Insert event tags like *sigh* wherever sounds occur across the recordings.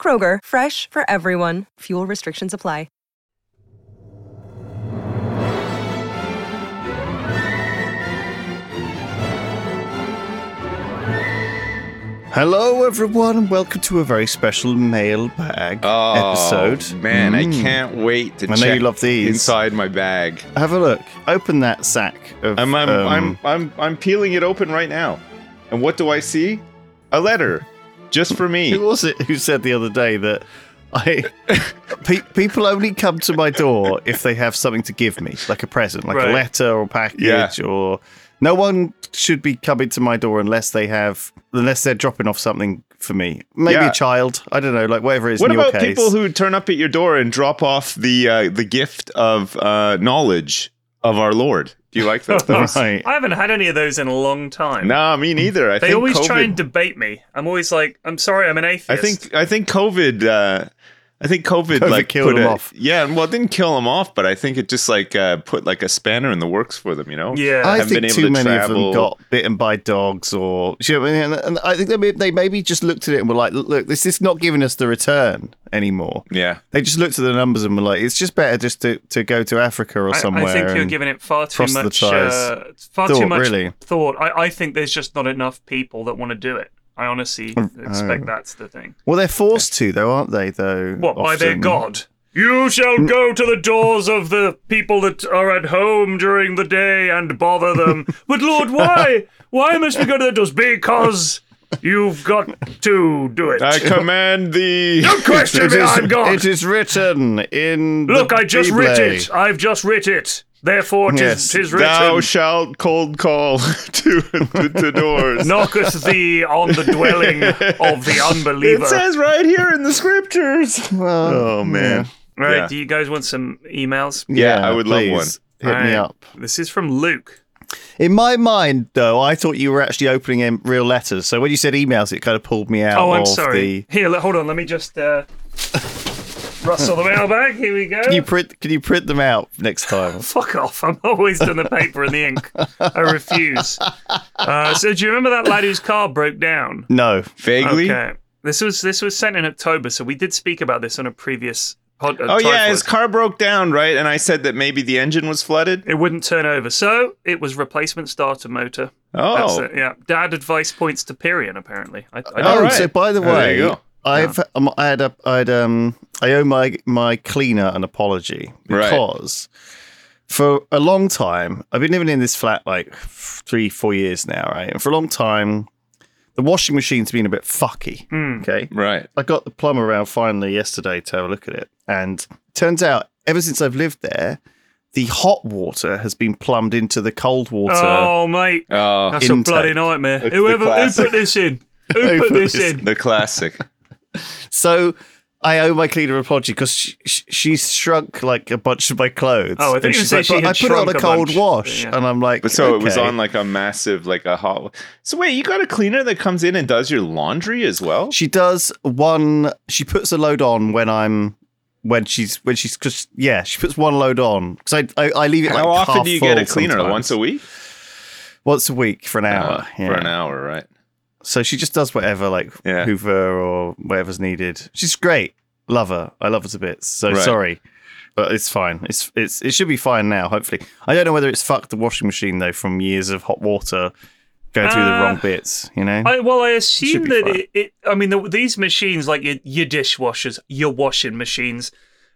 Kroger, fresh for everyone. Fuel restrictions apply. Hello, everyone, and welcome to a very special mailbag Oh, episode. Man, I Mm. can't wait to I know check you love these. inside my bag. Have a look. Open that sack of. I'm I'm, um, I'm I'm I'm peeling it open right now. And what do I see? A letter. Just for Who me. was it who said the other day that *laughs* I pe- people only come to my door if they have something to give me, like a present, like Right. a letter or a package, Yeah. or no one should be coming to my door unless they have unless they're dropping off something for me. Maybe Yeah. a child. I don't know. Like whatever it is What in your about case. people who turn up at your door and drop off the uh, the gift of uh, knowledge of our Lord? Do you *laughs* like that? Right. I haven't had any of those in a long time. nah, me neither. I they think always COVID, try and debate me. I'm always like, I'm sorry, I'm an atheist. I think I think COVID. Uh, I think COVID, COVID like killed put them a- off. Yeah, well, it didn't kill them off, but I think it just like uh, put like a spanner in the works for them. You know? Yeah. I haven't think been able too to many of travel. them got bitten by dogs, or you know, what I mean? and, and I think they, may- they maybe just looked at it and were like, "Look, this is not giving us the return anymore." Yeah. They just looked at the numbers and were like, "It's just better just to, to go to Africa or I- somewhere." I, think you're and- giving it far too much uh, proselytize. far too Thought, much really. thought. I, I think there's just not enough people that want to do it. I honestly Oh, expect that's the thing. well, they're forced to though, aren't they? Though What by their often? god? You shall go to the doors of the people that are at home during the day and bother *laughs* them. but Lord, why? Why must we go to the doors? Because you've got to do *laughs* it. I command the. Don't question It me. is- I'm God. It is written in. Look, the I just writ Bible. it. I've just writ it. Therefore, tis, Yes. tis written. *laughs* Thou shalt cold call *laughs* to to, to doors. knocketh thee on *laughs* the dwelling of the unbeliever. It says right here in the scriptures. Well, *laughs* Oh man. right, yeah. do you guys want some emails? Yeah, I would love please, one. Hit me Alright, up. This is from Luke. In my mind, though, I thought you were actually opening in real letters. So when you said emails, it kind of pulled me out. Oh, I'm of sorry. the- Here, le- hold on. Let me just *laughs* uh, rustle the mailbag. Here we go. Can you print? Can you print them out next time? Fuck off. I'm always doing the paper and the ink. *laughs* I refuse. Uh, so, do you remember that lad whose car broke down? *laughs* No. Vaguely. Okay. This was this was sent in October, so we did speak about this on a previous pod. uh, Oh yeah, Typhoid. his car broke down, right? And I said that maybe the engine was flooded. It wouldn't turn over, so it was replacement starter motor. That's Oh, it, yeah. Dad advice points to Pyrian, apparently. I, I don't All oh, right. so by the Oh, there way, you go. I've um, I had a I had um I owe my my cleaner an apology Right. because for a long time I've been living in this flat like three four years now, right? And for a long time, the washing machine's been a bit fucky. Hmm. Okay, right. I got the plumber around finally yesterday to have a look at it, and turns out ever since I've lived there, the hot water has been plumbed into the cold water. Oh, mate. Oh, That's intake. a bloody nightmare. It's the Whoever who classic. put this in? Who Who put put this this in? the classic. So I owe my cleaner an apology because she, she, she's shrunk like a bunch of my clothes. Oh, I thought And you she's were like, saying "But she I had put it on shrunk a a cold bunch." wash, Yeah. and I'm like, But so it was "Okay." on like a massive, like a hot. So wait, you got a cleaner that comes in and does your laundry as well? She does one. She puts a load on when I'm when she's when she's because yeah, she puts one load on because I, I I leave it like How often half do you get full a cleaner? sometimes. Once a week? Once a week for an hour. Uh, yeah. For an hour, right? So she just does whatever like Yeah. Hoover or whatever's needed. She's great. Love her. I love her to bits. So Right. sorry. But it's fine. It's it's it should be fine now, hopefully. I don't know whether it's fucked the washing machine though from years of hot water going through the Uh, wrong bits, you know? I, well, I assume be that fine. it, it. I mean, the, these machines, like your, your dishwashers, your washing machines,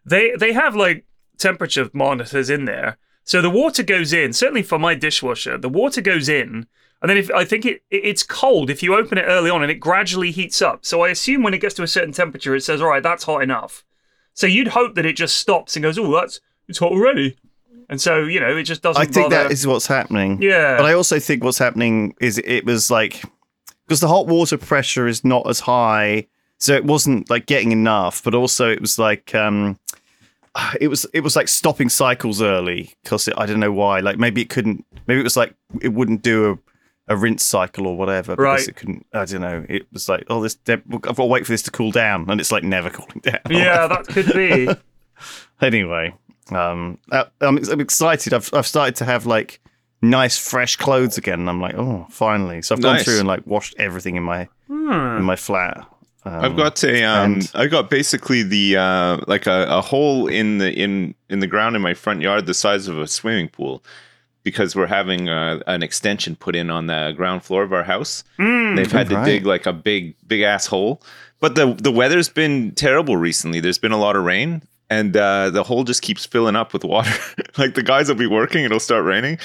they they have like temperature monitors in there. So the water goes in. Certainly for my dishwasher, the water goes in, and then if I think it, it it's cold if you open it early on, and it gradually heats up. So I assume when it gets to a certain temperature, it says, "All right, that's hot enough." So you'd hope that it just stops and goes, "Oh, that's it's hot already," and so you know it just doesn't. I think bother. that is what's happening. Yeah. But I also think what's happening is it was like because the hot water pressure is not as high. So it wasn't like getting enough, but also it was like um, it was it was like stopping cycles early because I don't know why. Like maybe it couldn't. Maybe it was like it wouldn't do a, a rinse cycle or whatever because Right. it couldn't. I don't know. It was like oh this. I've got to wait for this to cool down, and it's like never *laughs* cooling down. Yeah, that could *laughs* be. anyway, um, I, I'm, I'm excited. I've I've started to have like nice fresh clothes again, and I'm like, oh, finally. So I've gone Nice. Hmm. through and like washed everything in my in my flat. Um, I've got a um, and- I got basically the uh, like a, a hole in the in in the ground in my front yard the size of a swimming pool because we're having uh an extension put in on the ground floor of our house. They've had to Right. dig like a big big ass hole, but the the weather's been terrible recently. There's been a lot of rain. And uh, the hole just keeps filling up with water. *laughs* like the guys will be working, it'll start raining.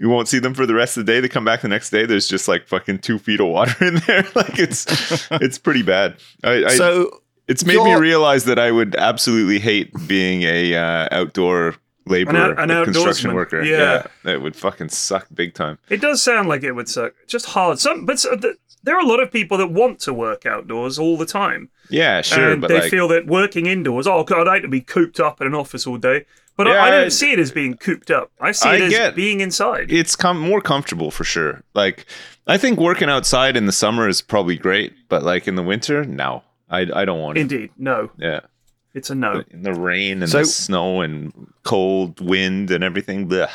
You won't see them for the rest of the day. They come back the next day. There's just like fucking two feet of water *laughs* in there. like *laughs* it's it's pretty bad. I, I, so it's made me You're- realize that I would absolutely hate being a uh, outdoor laborer, An out- an a construction outdoorsman. worker. Yeah. that would fucking suck big time. It does sound like it would suck. Just hard. Some, but so, th- there are a lot of people that want to work outdoors all the time, Yeah, sure, and but they like, feel that working indoors. Oh God, I'd like to be cooped up in an office all day. But Yeah, I, I don't I- see it as being cooped up. I see I it as get- being inside. it's com- more comfortable for sure. Like, I think working outside in the summer is probably great, but like in the winter, no, I I don't want it. Indeed, no, Yeah, it's a no. in the rain and So- the snow and cold wind and everything. Blech.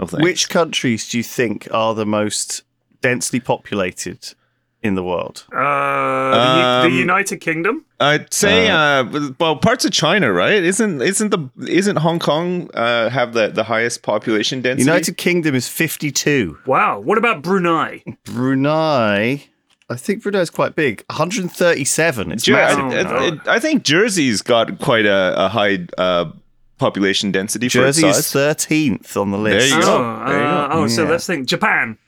No thanks. which countries do you think are the most densely populated in the world? Uh, the, U- Um, the United Kingdom. I'd say uh, well parts of China, right? Isn't isn't the isn't Hong Kong uh, have the, the highest population density? United Kingdom is 52. Wow. What about Brunei? *laughs* Brunei, I think Brunei is quite big. 137. It's Jer- massive. I, massive. I- I- I think Jersey's got quite a, a high uh, population density Jersey for is its size. 13th on the list. There you oh, go. uh, There you go. oh, so Yeah. let's think Japan.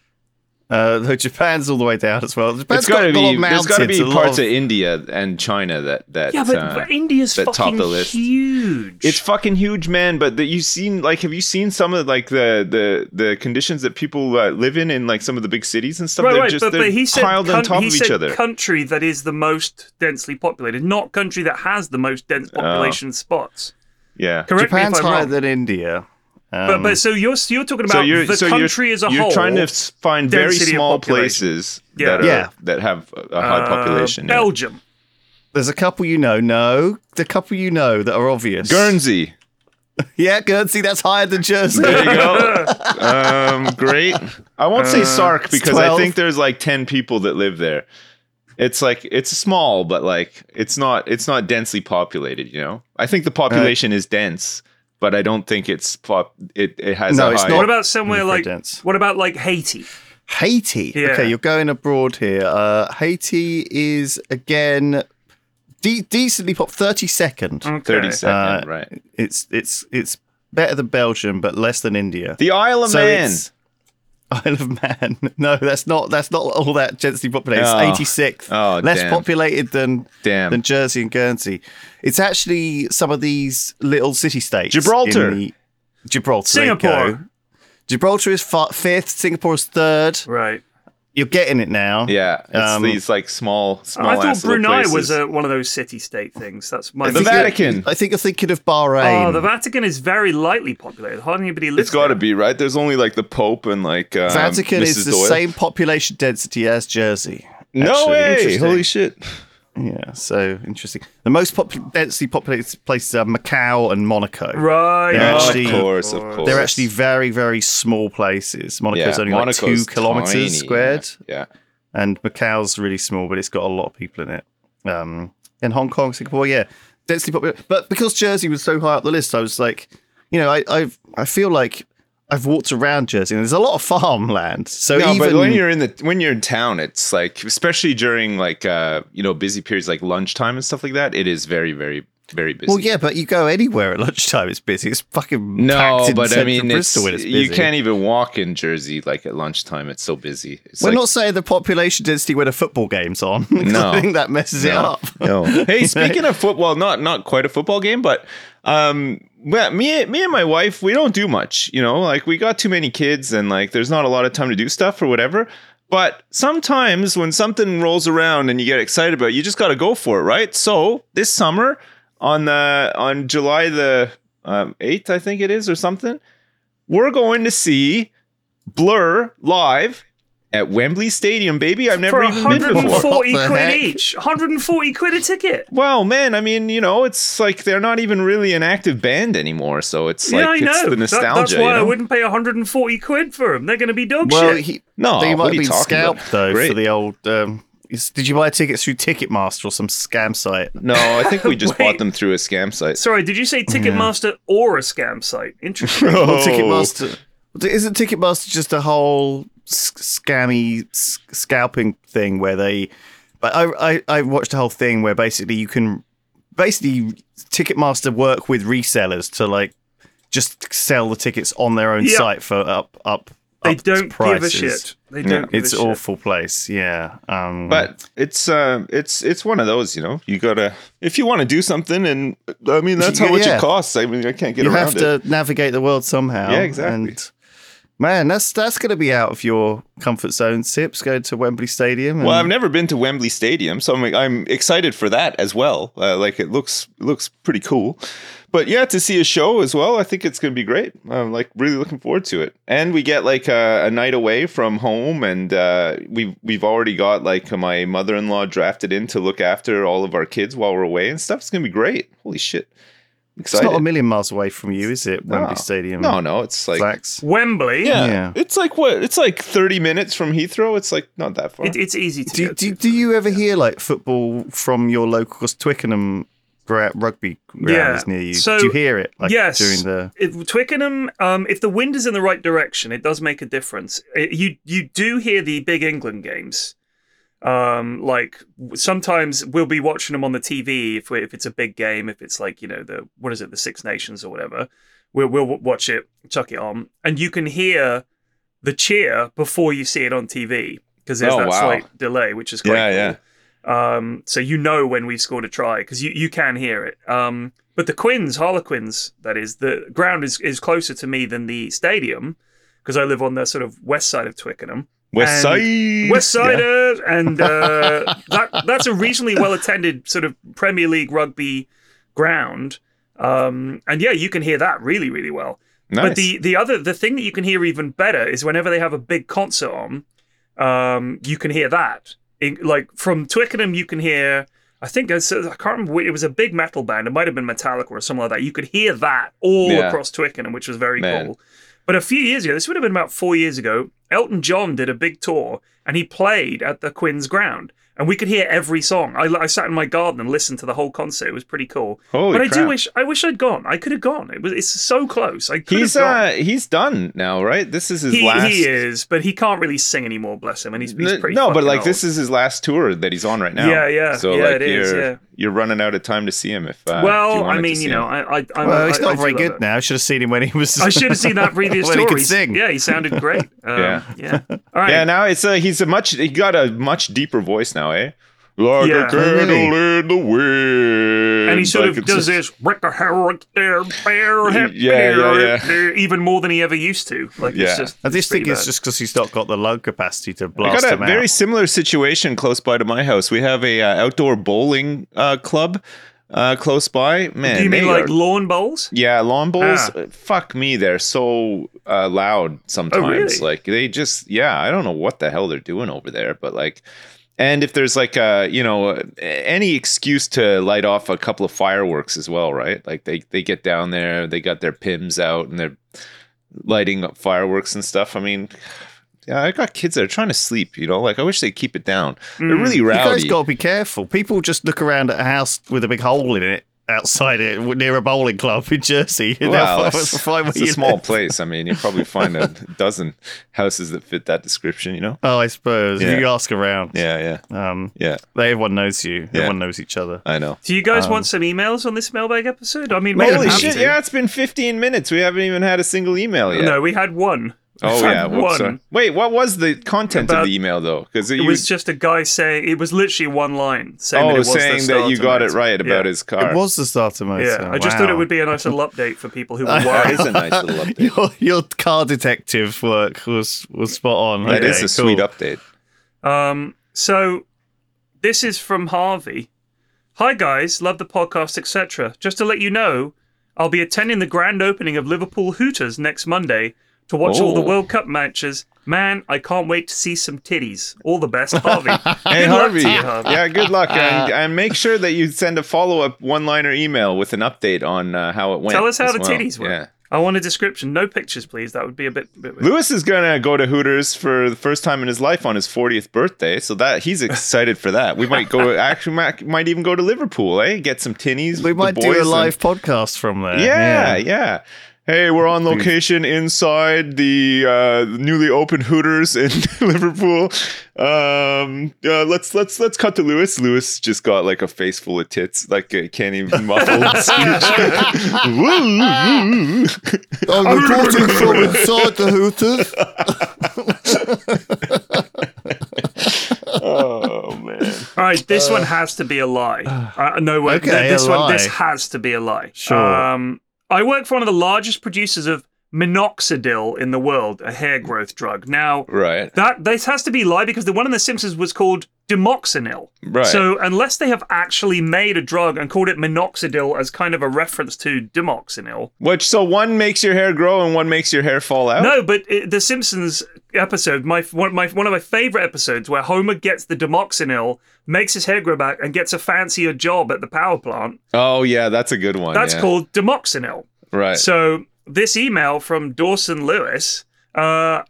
Uh, though Japan's all the way down as well. Japan's It's gotta got a lot be of there's got to mountains, be a lot parts of- of India and China that that Yeah, but, uh, but India's that top fucking the list. huge. It's fucking huge, man. But that you've seen, like, have you seen some of like the the the conditions that people uh, live in in like some of the big cities and stuff? right, they're right. just but, they're but he said, piled on coun- top he of said each other. country that is the most densely populated, not country that has the most dense Oh. population spots. yeah. Correct me Japan's if I'm higher wrong. than India. but, Um, but so you're so you're talking about the country you're, as a you're whole. trying to s- find very density of small population. places Yeah. that are, Yeah. that have a- a high uh, population. yeah. Belgium. there's a couple you know. No, the couple you know that are obvious. Guernsey. *laughs* Yeah, Guernsey. That's higher than *laughs* Jersey. There you go. *laughs* um, great. I won't Uh, say Sark because I 12. think there's like ten people that live there. It's like it's small, but like it's not it's not densely populated. You know, I think the Uh, population is dense, but I don't think it's pop. It it has No, a it's high. not. What about somewhere Very like dense. what about like Haiti? Haiti. Yeah. Okay, you're going abroad here. Uh, Haiti is again de- decently pop 32nd. Okay. thirty Uh, second, right? It's it's it's better than Belgium, but less than India. The Isle of So Man. it's- *laughs* Isle of Man. No, that's not that's not all that densely populated. It's Oh. 86th. Oh, less damn. populated than Damn. than Jersey and Guernsey. It's actually some of these little city states. in Gibraltar. the- Gibraltar. there you go. Singapore. Gibraltar is fi- fifth. Singapore is third. Right. You're getting it now. yeah, it's Um, these like small small. I thought ass little Brunei places. was a, one of those city state things. That's my The Vatican. I think you're thinking of Bahrain. Oh, the Vatican is very lightly populated. Hardly anybody lives. It's got to there. be right. There's only like the Pope and like um, Vatican Mrs. is the Doyle. same population density as Jersey. No actually. way! Interesting. Holy shit! Yeah, so interesting. The most pop- densely populated places are Macau and Monaco. Right. They're Oh, actually- of course, of course. They're actually very, very small places. Monaco's only like two Monaco's kilometers tiny, squared, Yeah. and Macau's really small, but it's got a lot of people in it. Um, in Hong Kong, Singapore, yeah, densely populated. But because Jersey was so high up the list, I was like, you know, I I've, I feel like I've walked around Jersey, and there's a lot of farmland. So yeah. No, even but when you're in the when you're in town, it's like especially during like uh you know busy periods like lunchtime and stuff like that. It is very very very busy. well, yeah, but you go anywhere at lunchtime, it's busy. It's fucking packed No, in but I central mean, it's, Bristol when it's busy. you can't even walk in Jersey like at lunchtime. It's so busy. It's We're like, not saying the population density when a football game's on. 'cause No. *laughs* I think that messes it *laughs* up. *laughs* hey, speaking of football, not not quite a football game, but um, well, me me and my wife, we don't do much. You know, like we got too many kids, and like there's not a lot of time to do stuff or whatever. But sometimes when something rolls around and you get excited about it, you just got to go for it, right? So this summer on the on July the um, eighth, I think it is, or something, we're going to see Blur live at Wembley Stadium, baby. I've never for even been before. 140 What the quid heck? each. 140 quid a ticket. Well, man, I mean, you know, it's like they're not even really an active band anymore, so it's yeah, I like it's know. the That- nostalgia. that's why you know? I wouldn't pay 140 quid for them. They're going to be dog Well, shit. he, No, they what might are be you talking scalped about? though Great. for the old. Um, is- did you buy tickets through Ticketmaster or some scam site? No, I think *laughs* we just Wait. bought them through a scam site. Sorry, did you say Ticketmaster or a scam site? Interesting. *laughs* Well, Ticketmaster isn't Ticketmaster just a whole s- scammy s- scalping thing where they? But I, I I watched a whole thing where basically you can basically Ticketmaster work with resellers to like just sell the tickets on their own Yeah. site for up up. they up don't prices. give a shit. They Yeah. don't. give It's a shit. awful place. Yeah. Um, But it's uh, it's it's one of those, you know. You gotta if you want to do something, and I mean that's how much Yeah. it costs. I mean I can't get you around have to navigate the world somehow. Yeah, exactly. And man, that's that's going to be out of your comfort zone. Sips going to Wembley Stadium. it. And Well, I've never been to Wembley Stadium, so I'm I'm excited for that as well. Uh, like it looks looks pretty cool, but yeah, to see a show as well, I think it's gonna be great. I'm like really looking forward to it, and we get like a, a night away from home, and uh, we've we've already got like my mother in law drafted in to look after all of our kids while we're away and stuff. It's gonna be great. Holy shit! I'm it's excited. not a million miles away from you, is it? Wembley No. Stadium. No, no, it's like Flax. Wembley. Yeah. Yeah. It's like what? It's like 30 minutes from Heathrow. It's like not that far. It, it's easy to Do, go do, to. do you ever hear like football from your local? Because Twickenham gra- rugby ground Yeah. is near you. So- do you hear it? Like yes. During the If Twickenham, um, if the wind is in the right direction, it does make a difference. It- you you do hear the big England games. Um, like w- sometimes we'll be watching them on the TV if we, if it's a big game, if it's like you know the what is it the Six Nations or whatever. We'll we'll w- watch it, chuck it on, and you can hear the cheer before you see it on TV because there's Oh, that wow. slight delay, which is quite Yeah, cool. yeah. Um, so you know when we've scored a try because you, you can hear it. Um, but the Quins, Harlequins, that is, the ground is, is closer to me than the stadium because I live on the sort of west side of Twickenham. West Side. West Siders, and uh, that that's a reasonably well attended sort of Premier League rugby ground. Um, and yeah, you can hear that really, really well. Nice. But the the other the thing that you can hear even better is whenever they have a big concert on, um, you can hear that. In, like from Twickenham, you can hear. I think it's, I can't remember. which- It was a big metal band. It might have been Metallica or something like that. You could hear that all Yeah. across Twickenham, which was very Man. cool. But a few years ago, this would have been about four years ago. Elton John did a big tour, and he played at the Quinn's Ground, and we could hear every song. I, I sat in my garden and listened to the whole concert. It was pretty cool. Holy but I do crap. wish I wish I'd gone. I could have gone. It was it's so close. I could he's have gone. uh he's done now, right? This is his he, last. he is, but he can't really sing anymore. Bless him, and he's, he's N- pretty. no, but fucking like old. this is his last tour that he's on right now. Yeah, yeah. So Yeah, like it is, you're yeah. you're running out of time to see him if. Uh, if well, you wanted I to mean, see you know, him. I, I, I'm, well, I, he's I not do very love good it. now. I should have seen him when he was. I should have seen *laughs* that previous when story. he could sing. Yeah, *laughs* he sounded great. Um, Yeah. yeah, All right. yeah. Now it's a he's a much he got a much deeper voice now, eh? Like Yeah. a candle in the wind. and he sort Like, of it's does just- this rick a herrick there bear Yeah, hip, yeah, there, yeah. there, even more than he ever used to. Like Yeah. it's just I just think pretty it's bad. just because he's not got the lung capacity to I blast got a him out. very similar situation close by to my house. We have a uh, outdoor bowling uh, club uh, close by. Man, Do you they mean like are- lawn bowls? yeah, lawn bowls? Ah. Oh, Uh, Fuck me, they're so uh, loud sometimes. really? Like they just, yeah, I don't know what the hell they're doing over there, but like. And if there's like a, you know, any excuse to light off a couple of fireworks as well, right? Like they they get down there, they got their pims out, and they're lighting up fireworks and stuff. I mean, yeah, I got kids that are trying to sleep. You know, like I wish they would keep it down. Hmm. They're really You guys rowdy. got to be careful. People just look around at a house with a big hole in it outside it near a bowling club in Jersey. *laughs* and they'll *laughs* Well, find- it's, find where it's you a small live. place. I mean, you'll probably find a dozen houses that fit that description. You know? Oh, I suppose Yeah. if you ask around, Yeah, yeah, um, yeah. they, everyone knows you. Yeah. Everyone knows each other. I know. Do you guys want some emails on this mailbag episode? I mean, Um, Holy we shit! To. Yeah, it's been 15 minutes. We haven't even had a single email yet. No, we had one. Oh We've yeah. had whoops, one. sorry. Wait, what was the content About- of the email though? Because It was just a guy saying it was literally one line saying that oh it was the saying that you Starter got it Motor. right about yeah. his car. It was the starter motor. Yeah, I just thought it uh, Wow. would be a nice little update for people *laughs* who were *laughs* That is worried. a nice little update. your, your car detective work was was spot on. That is Okay, a sweet cool. update. Um, so this is from Harvey. Hi guys, love the podcast, etc. Just to let you know, I'll be attending the grand opening of Liverpool Hooters next Monday to watch all the Oh. World Cup matches. Man, I can't wait to see some titties. All the best, Harvey. *laughs* Hey, Good luck Harvey. to you, Harvey. Uh, Yeah, good luck. and, and make sure that you send a follow up one liner email with an update on uh, how it went. Tell us how as the well. titties were. Yeah. I want a description. No pictures, please. That would be a bit. bit weird. Lewis is gonna go to Hooters for the first time in his life on his 40th birthday, so that *laughs* he's excited for that. We might go, actually, might, might even go to Liverpool, eh? Get some tinnies. We with the might boys do a and- live podcast from there. yeah, yeah, *laughs* Hey, we're on location inside the uh, newly opened Hooters in *laughs* Liverpool. Um, uh, let's let's let's cut to Lewis. Lewis just got like a face full of tits, like uh, can't even *laughs* muffle his speech. Woo, woo, woo. I'm *laughs* reporting from inside the Hooters. oh man! All right, this one has to be a lie. Uh, no way. okay, Th- this a one, this lie. has to be a lie. Sure. Um, I work for one of the largest producers of minoxidil in the world, a hair growth drug. Now, Right, that this has to be a lie because the one in The Simpsons was called Demoxenil. right. So unless they have actually made a drug and called it minoxidil as kind of a reference to Demoxenil, Which so one makes your hair grow and one makes your hair fall Oh. out. no, but it, the Simpsons episode, my one, my one of my favorite episodes, where Homer gets the Demoxenil, makes his hair grow back, and gets a fancier job at the power plant. Oh yeah, that's a good one. That's yeah. called Demoxenil. Right. So this email from Dawson Lewis uh,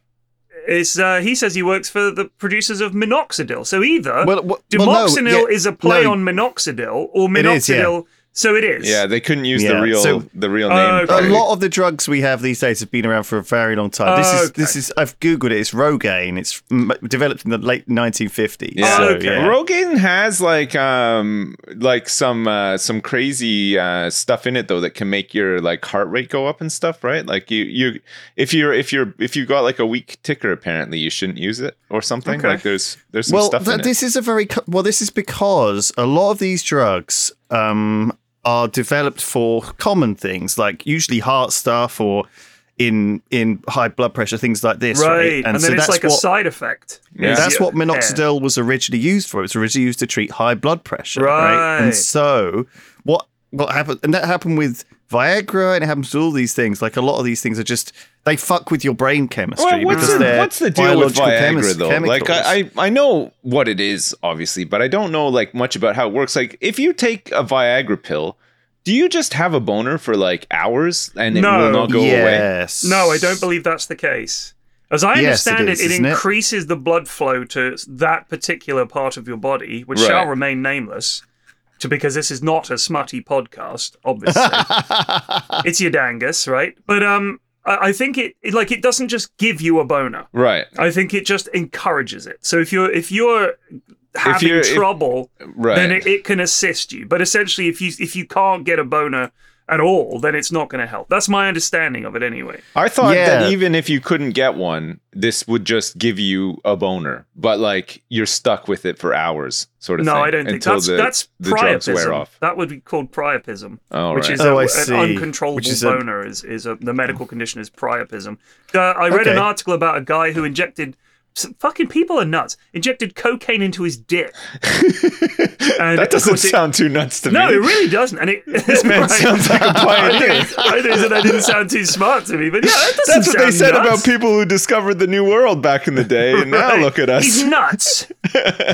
is uh, he says he works for the producers of minoxidil. So either Well, wh- well, no, Demoxenil yeah, is a play no. on minoxidil, or It minoxidil. is, yeah. So it is. yeah, they couldn't use Yeah, the real so- the real Oh, name. okay. A for it. lot of the drugs we have these days have been around for a very long time. This is Okay. this is I've googled it. It's Rogaine. It's m- developed in the late 1950s. Yeah. So, Oh, Okay. yeah. Rogaine has like um like some uh, some crazy uh, stuff in it though that can make your like heart rate go up and stuff, right? Like you you if you're if you're if you got like a weak ticker apparently you shouldn't use it or something. Okay. Like there's there's some well, stuff th- in this is a very co- well. This is because a lot of these drugs um, are developed for common things, like usually heart stuff or in in high blood pressure things like this. Right, Right, and, then it's like a what, side effect. Yeah. Is That's your what hair. minoxidil was originally used for. It was originally used to treat high blood pressure. Right. And so what what happened and that happened with Viagra and it happens with all these things. Like a lot of these things are just they fuck with your brain it. chemistry Well, what's, because the, they're what's the deal with biological Viagra chemis- though? chemicals. Like I, I I know what it is obviously, but I don't know like much about how it works. Like if you take a Viagra pill, do you just have a boner for like hours and it No. will not go away? yes. No, I don't believe that's the case. As I Yes, it understand is, it, it isn't it? increases the blood flow to that particular part of your body, which Right. shall remain nameless, to because this is not a smutty podcast, obviously. it's your dangus, right? But um, I, I think it, it like it doesn't just give you a boner. Right. I think it just encourages it. So if you're if you're having you're- if- trouble, Right. then it, it can assist you. But essentially, if you if you can't get a boner at all, then it's not going to help. That's my understanding of it, anyway. I thought Yeah. that even if you couldn't get one, this would just give you a boner, but like you're stuck with it for hours, sort of No, thing. I don't think until that's the, that's the drugs priapism. wear off. That would be called priapism, Oh, which right. is Oh, a, I an see. uncontrollable Which is a- boner. Is is a, the medical condition is priapism. Uh, I read an Okay. article about a guy who injected. s- Fucking people are nuts. Injected cocaine into *laughs* his dick. And that *laughs* of doesn't course it- sound too nuts to No, me. it really doesn't. And it, *laughs* this *laughs* man sounds like a pioneer. I know that didn't sound too smart to me, but yeah, that doesn't *laughs* That's what they sound said nuts. about people who discovered the new world back in the day, and now Right. look at us. *laughs* He's nuts.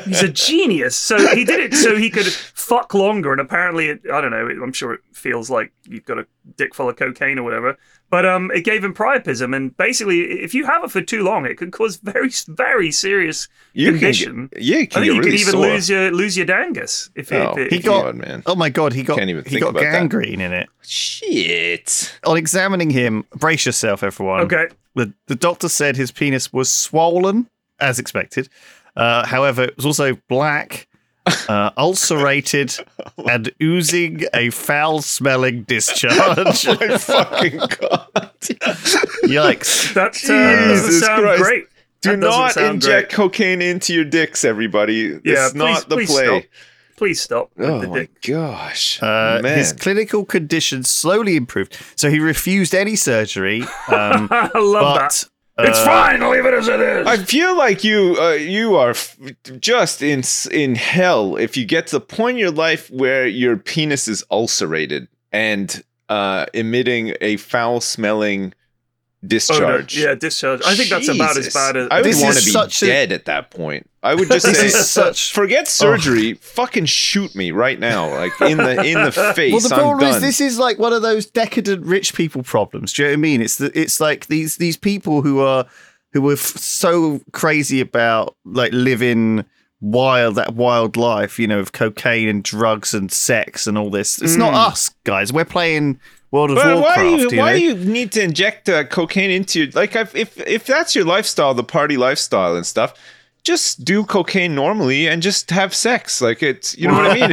He's a genius. So he did it so he could fuck longer, and apparently, it, I don't know. It, I'm sure it feels like you've got a dick full of cocaine or whatever. But um, it gave him priapism, and basically, if you have it for too long, it can cause very, very serious you can get, condition. yeah, you I can get think you really could even sore. lose your lose your dangus if, it- Oh, if, it- He if got God, man. Oh my god, he got Can't even he think got about that. gangrene in it. Shit. On examining him, brace yourself, everyone. Okay. The the doctor said his penis was swollen, as expected. Uh, however, it was also black, *laughs* uh, ulcerated, and oozing a foul-smelling *laughs* discharge. Oh My *laughs* fucking *laughs* God. Yikes! that uh, doesn't Jesus sound Christ. great. Do That doesn't not sound inject great. cocaine into your dicks, everybody. Yeah, it's not please- the please play. stop. Please stop. with Oh the my dick. gosh, Uh, man! his clinical *laughs* condition slowly improved, so he refused any surgery. Um, I love but uh, that. it's fine. Leave it as it is. uh, I feel like you uh, you are f- just in s- in hell if you get to the point in your life where your penis is ulcerated and uh, emitting a foul smelling discharge. Oh, Yeah, discharge. I think that's about as Jesus. bad as. I would This want is to be such a- dead at that point. I would just This say, is such- Oh. forget surgery. Fucking shoot me right now, like in the in the *laughs* face. Well, the I'm problem done. is this is like one of those decadent rich people problems. Do you know what I mean? It's the, it's like these these people who are who were f- so crazy about like living wild that wild life, you know, of cocaine and drugs and sex and all this. It's not us guys. We're playing World of But Mm. why Warcraft. do you, know? why do you need to inject uh, cocaine into your like I've, if if that's your lifestyle, the party lifestyle and stuff, just do cocaine normally and just have sex. Like it's you know what I mean.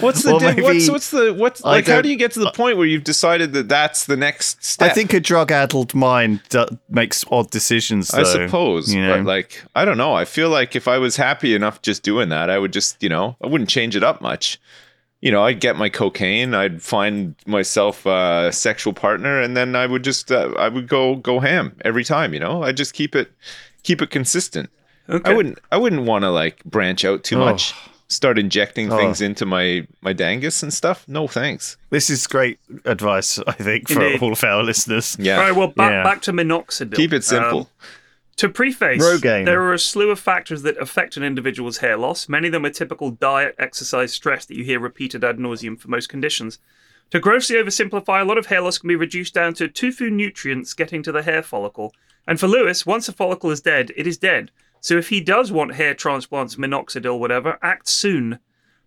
*laughs* what's the Well, di- what's maybe what's the what's I like how don't- do you get to the point where you've decided that that's the next I step? think a drug-addled mind d- makes odd decisions. Though, I suppose, you but know. like I don't know. I feel like if I was happy enough just doing that, I would just you know I wouldn't change it up much. You know, I'd get my cocaine, I'd find myself a sexual partner, and then I would just uh, I would go go ham every time. You know, I just keep it keep it consistent. I Okay. wouldn't I wouldn't want to like branch out too Oh. much, start injecting things into my my dangus and stuff. No thanks. This is great advice, I think, for Indeed. all of our listeners. Yeah, All right. Well, back, Yeah. back to minoxidil. keep it simple. Um, To preface, Rogaine. there are a slew of factors that affect an individual's hair loss. Many of them are typical diet, exercise, stress that you hear repeated ad nauseum for most conditions. To grossly oversimplify, a lot of hair loss can be reduced down to two few nutrients getting to the hair follicle. And for Lewis, once a follicle is dead, it is dead. So if he does want hair transplants, minoxidil, whatever, act soon.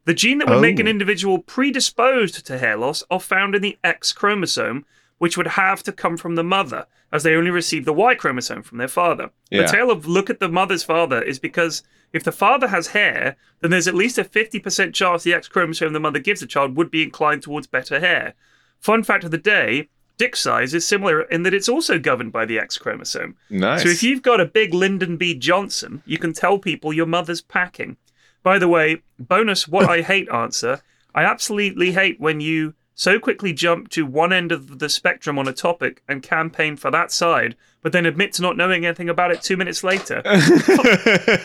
The gene that would make Oh. an individual predisposed to hair loss are found in the X chromosome, which would have to come from the mother, as they only receive the Y chromosome from their father. Yeah. The tale of look at the mother's father is because if the father has hair, then there's at least a 50% chance the X chromosome the mother gives the child would be inclined towards better hair. Fun fact of the day dick size is similar in that it's also governed by the X chromosome. nice. Um, So if you've got a big Lyndon B. Johnson, you can tell people your mother's packing. By the way, bonus what I hate answer. I absolutely hate when you so quickly jump to one end of the spectrum on a topic and campaign for that side, but then admit to not knowing anything about it two *laughs* minutes later.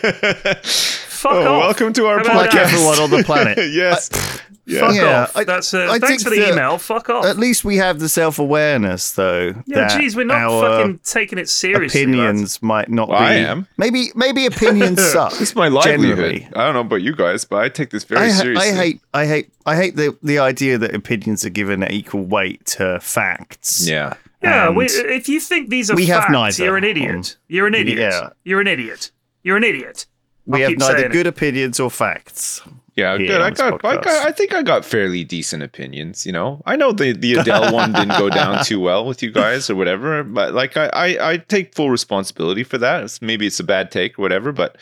*laughs* Fuck Oh, off. welcome to our How about Like podcast. that? everyone on the planet. *laughs* yes. Fuck Yeah, off. I- That's, uh, I thanks think for the that- email. Fuck off. At least we have the self awareness, though. yeah, that geez, we're not our fucking taking it seriously. lads. opinions might not Well, be. I am. Maybe maybe *laughs* opinions suck. It's my livelihood. Generally. I don't know about you guys, but I take this very I, ha- seriously. I hate I hate I hate the the idea that opinions are given equal weight to facts. Yeah. Yeah, we, And- if you think these are We have facts, neither. you're an idiot. Mm. You're an idiot. Yeah. You're an idiot. You're an idiot. we I'll have keep neither saying it. good opinions or facts. Yeah, Here good. I on this got, I got, podcast. I think I got fairly decent opinions. You know, I know the the Adele one didn't go down too well with you guys or whatever, but like I, I, I take full responsibility for that. It's, maybe it's a bad take or whatever, but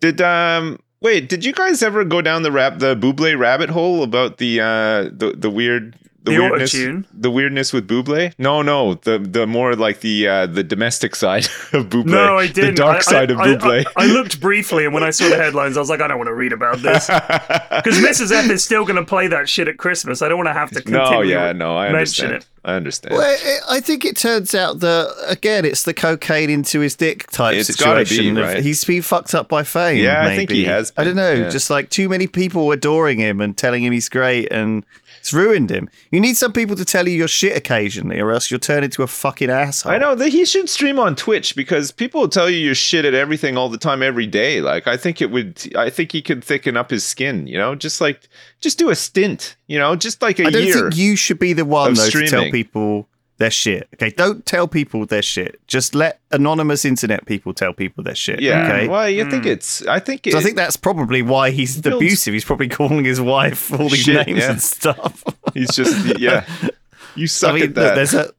did um wait did you guys ever go down the rap the Buble rabbit hole about the uh the the weird the, The weirdness auto-tune? the weirdness with Buble? No, no, the the more like the uh the domestic *laughs* side of Buble. No, I didn't. The dark I- side of I, Buble. *laughs* I, I, looked briefly, and when I saw the headlines, I was like, I don't want to read about this because Mrs. F is still going to play that shit at Christmas. I don't want to have to continue. no, yeah, no, I mention understand. it. I understand. Well, it, I think it turns out that again, it's the cocaine into his dick type It's gotta be, situation. of- right? He's been fucked up by fame. Yeah, I think maybe. he has I don't know. been, yeah. Just like too many people adoring him and telling him he's great, and it's ruined him. You need some people to tell you your shit occasionally, or else you'll turn into a fucking asshole. I know that he should stream on Twitch because people will tell you your shit at everything all the time, every day. Like I think it would, I think he could thicken up his skin. You know, just like just do a stint. You know, just like a I don't year. think you should be the one of though to tell streaming. people their shit. Okay, don't tell people their shit. Just let anonymous internet people tell people their shit. yeah. Okay. Well, you think Hmm. it's? I think it. So I think that's probably why he's builds- abusive. He's probably calling his wife all these Shit, names yeah. and stuff. he's *laughs* just yeah. You suck I mean, at that. look, there's a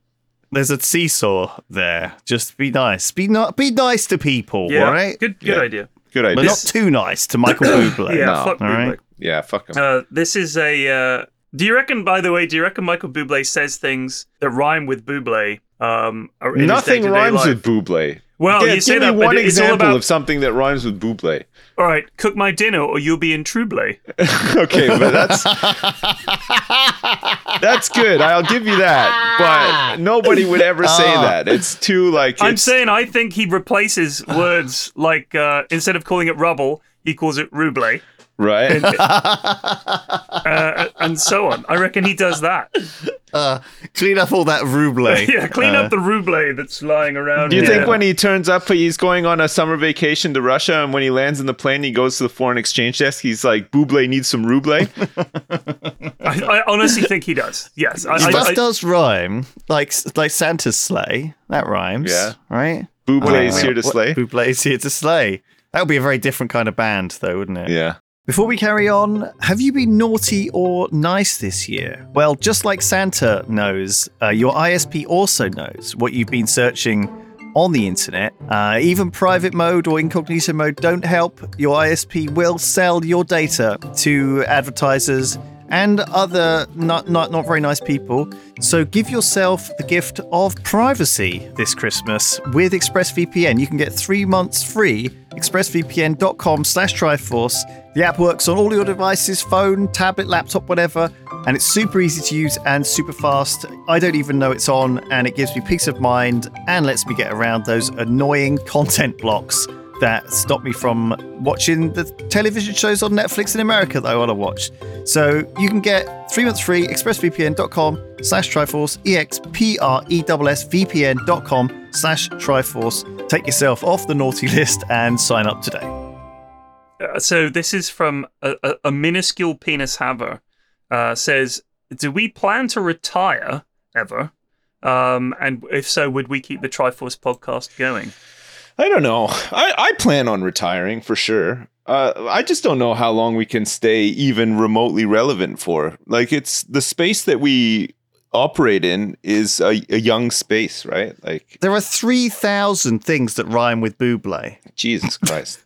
there's a seesaw there. Just be nice. Be not be nice to people, Yeah, all right? good, good Yeah. idea. Good But idea. not too nice to Michael Bublé. Yeah, no, fuck all Buble. right. yeah, fuck him. *laughs* Uh, this is a. Uh, do you reckon, by the way, do you reckon Michael Bublé says things that rime with Bublé? Um, are- in his Nothing day-to-day rhymes life? with Buble. Well, yeah, you say give me that, but one it's all example about- of something that rhymes with Buble. All right, *laughs* cook my dinner, or you'll be in trouble. okay, but that's That's good. I'll give you that. But nobody would ever say Ah. that. It's too like I'm it's- saying I think he *sighs* replaces words like uh, instead of calling it rubble, he calls it ruble, right. uh, and so on. I reckon he *laughs* does that. Uh, clean up all that ruble. *laughs* yeah, clean Uh, up the ruble that's lying around. Do you here. think when he turns up, he's going on a summer vacation to Russia, and when he lands in the plane, he goes to the foreign exchange desk. He's like, "Buble needs *laughs* some ruble." I, I honestly think he does. Yes, I, Stuff I, I, does rhyme, like like Santa's sleigh. That rhymes. Yeah. Right. Buble is Uh, here to what- slay. Buble is here to slay. That would be a very different kind of band, though, wouldn't it? Yeah. Before we carry on, have you been naughty or nice this year? Well, just like Santa knows, uh, your ISP also knows what you've been searching on the internet. Uh, even private mode or incognito mode don't help. Your ISP will sell your data to advertisers and other not, not, not very nice people. So give yourself the gift of privacy this Christmas with ExpressVPN. You can get three months free. ExpressVPN.com slash Triforce. The app works on all your devices, phone, tablet, laptop, whatever, and it's super easy to use and super fast. I don't even know it's on, and it gives me peace of mind and lets me get around those annoying *laughs* content blocks that stop me from watching the television shows on Netflix in America that I want to watch. So you can get three months free, expressvpn.com slash Triforce, E E-X-P-R-E-S-S-V-P-N.com slash Triforce. Take yourself off the naughty *laughs* list and sign up today. uh, so this is from a, a, a minuscule penis haver. Uh, says, do we plan to retire ever? Um, and if so, would we keep the Triforce *laughs* podcast going? I don't know. I, I plan on retiring for sure. Uh, I just don't know how long we can stay even remotely relevant for. Like, it's the space that we operate in is a, a young space, right? Like, There are 3,000 things that rhyme with Buble. *laughs* Jesus Christ.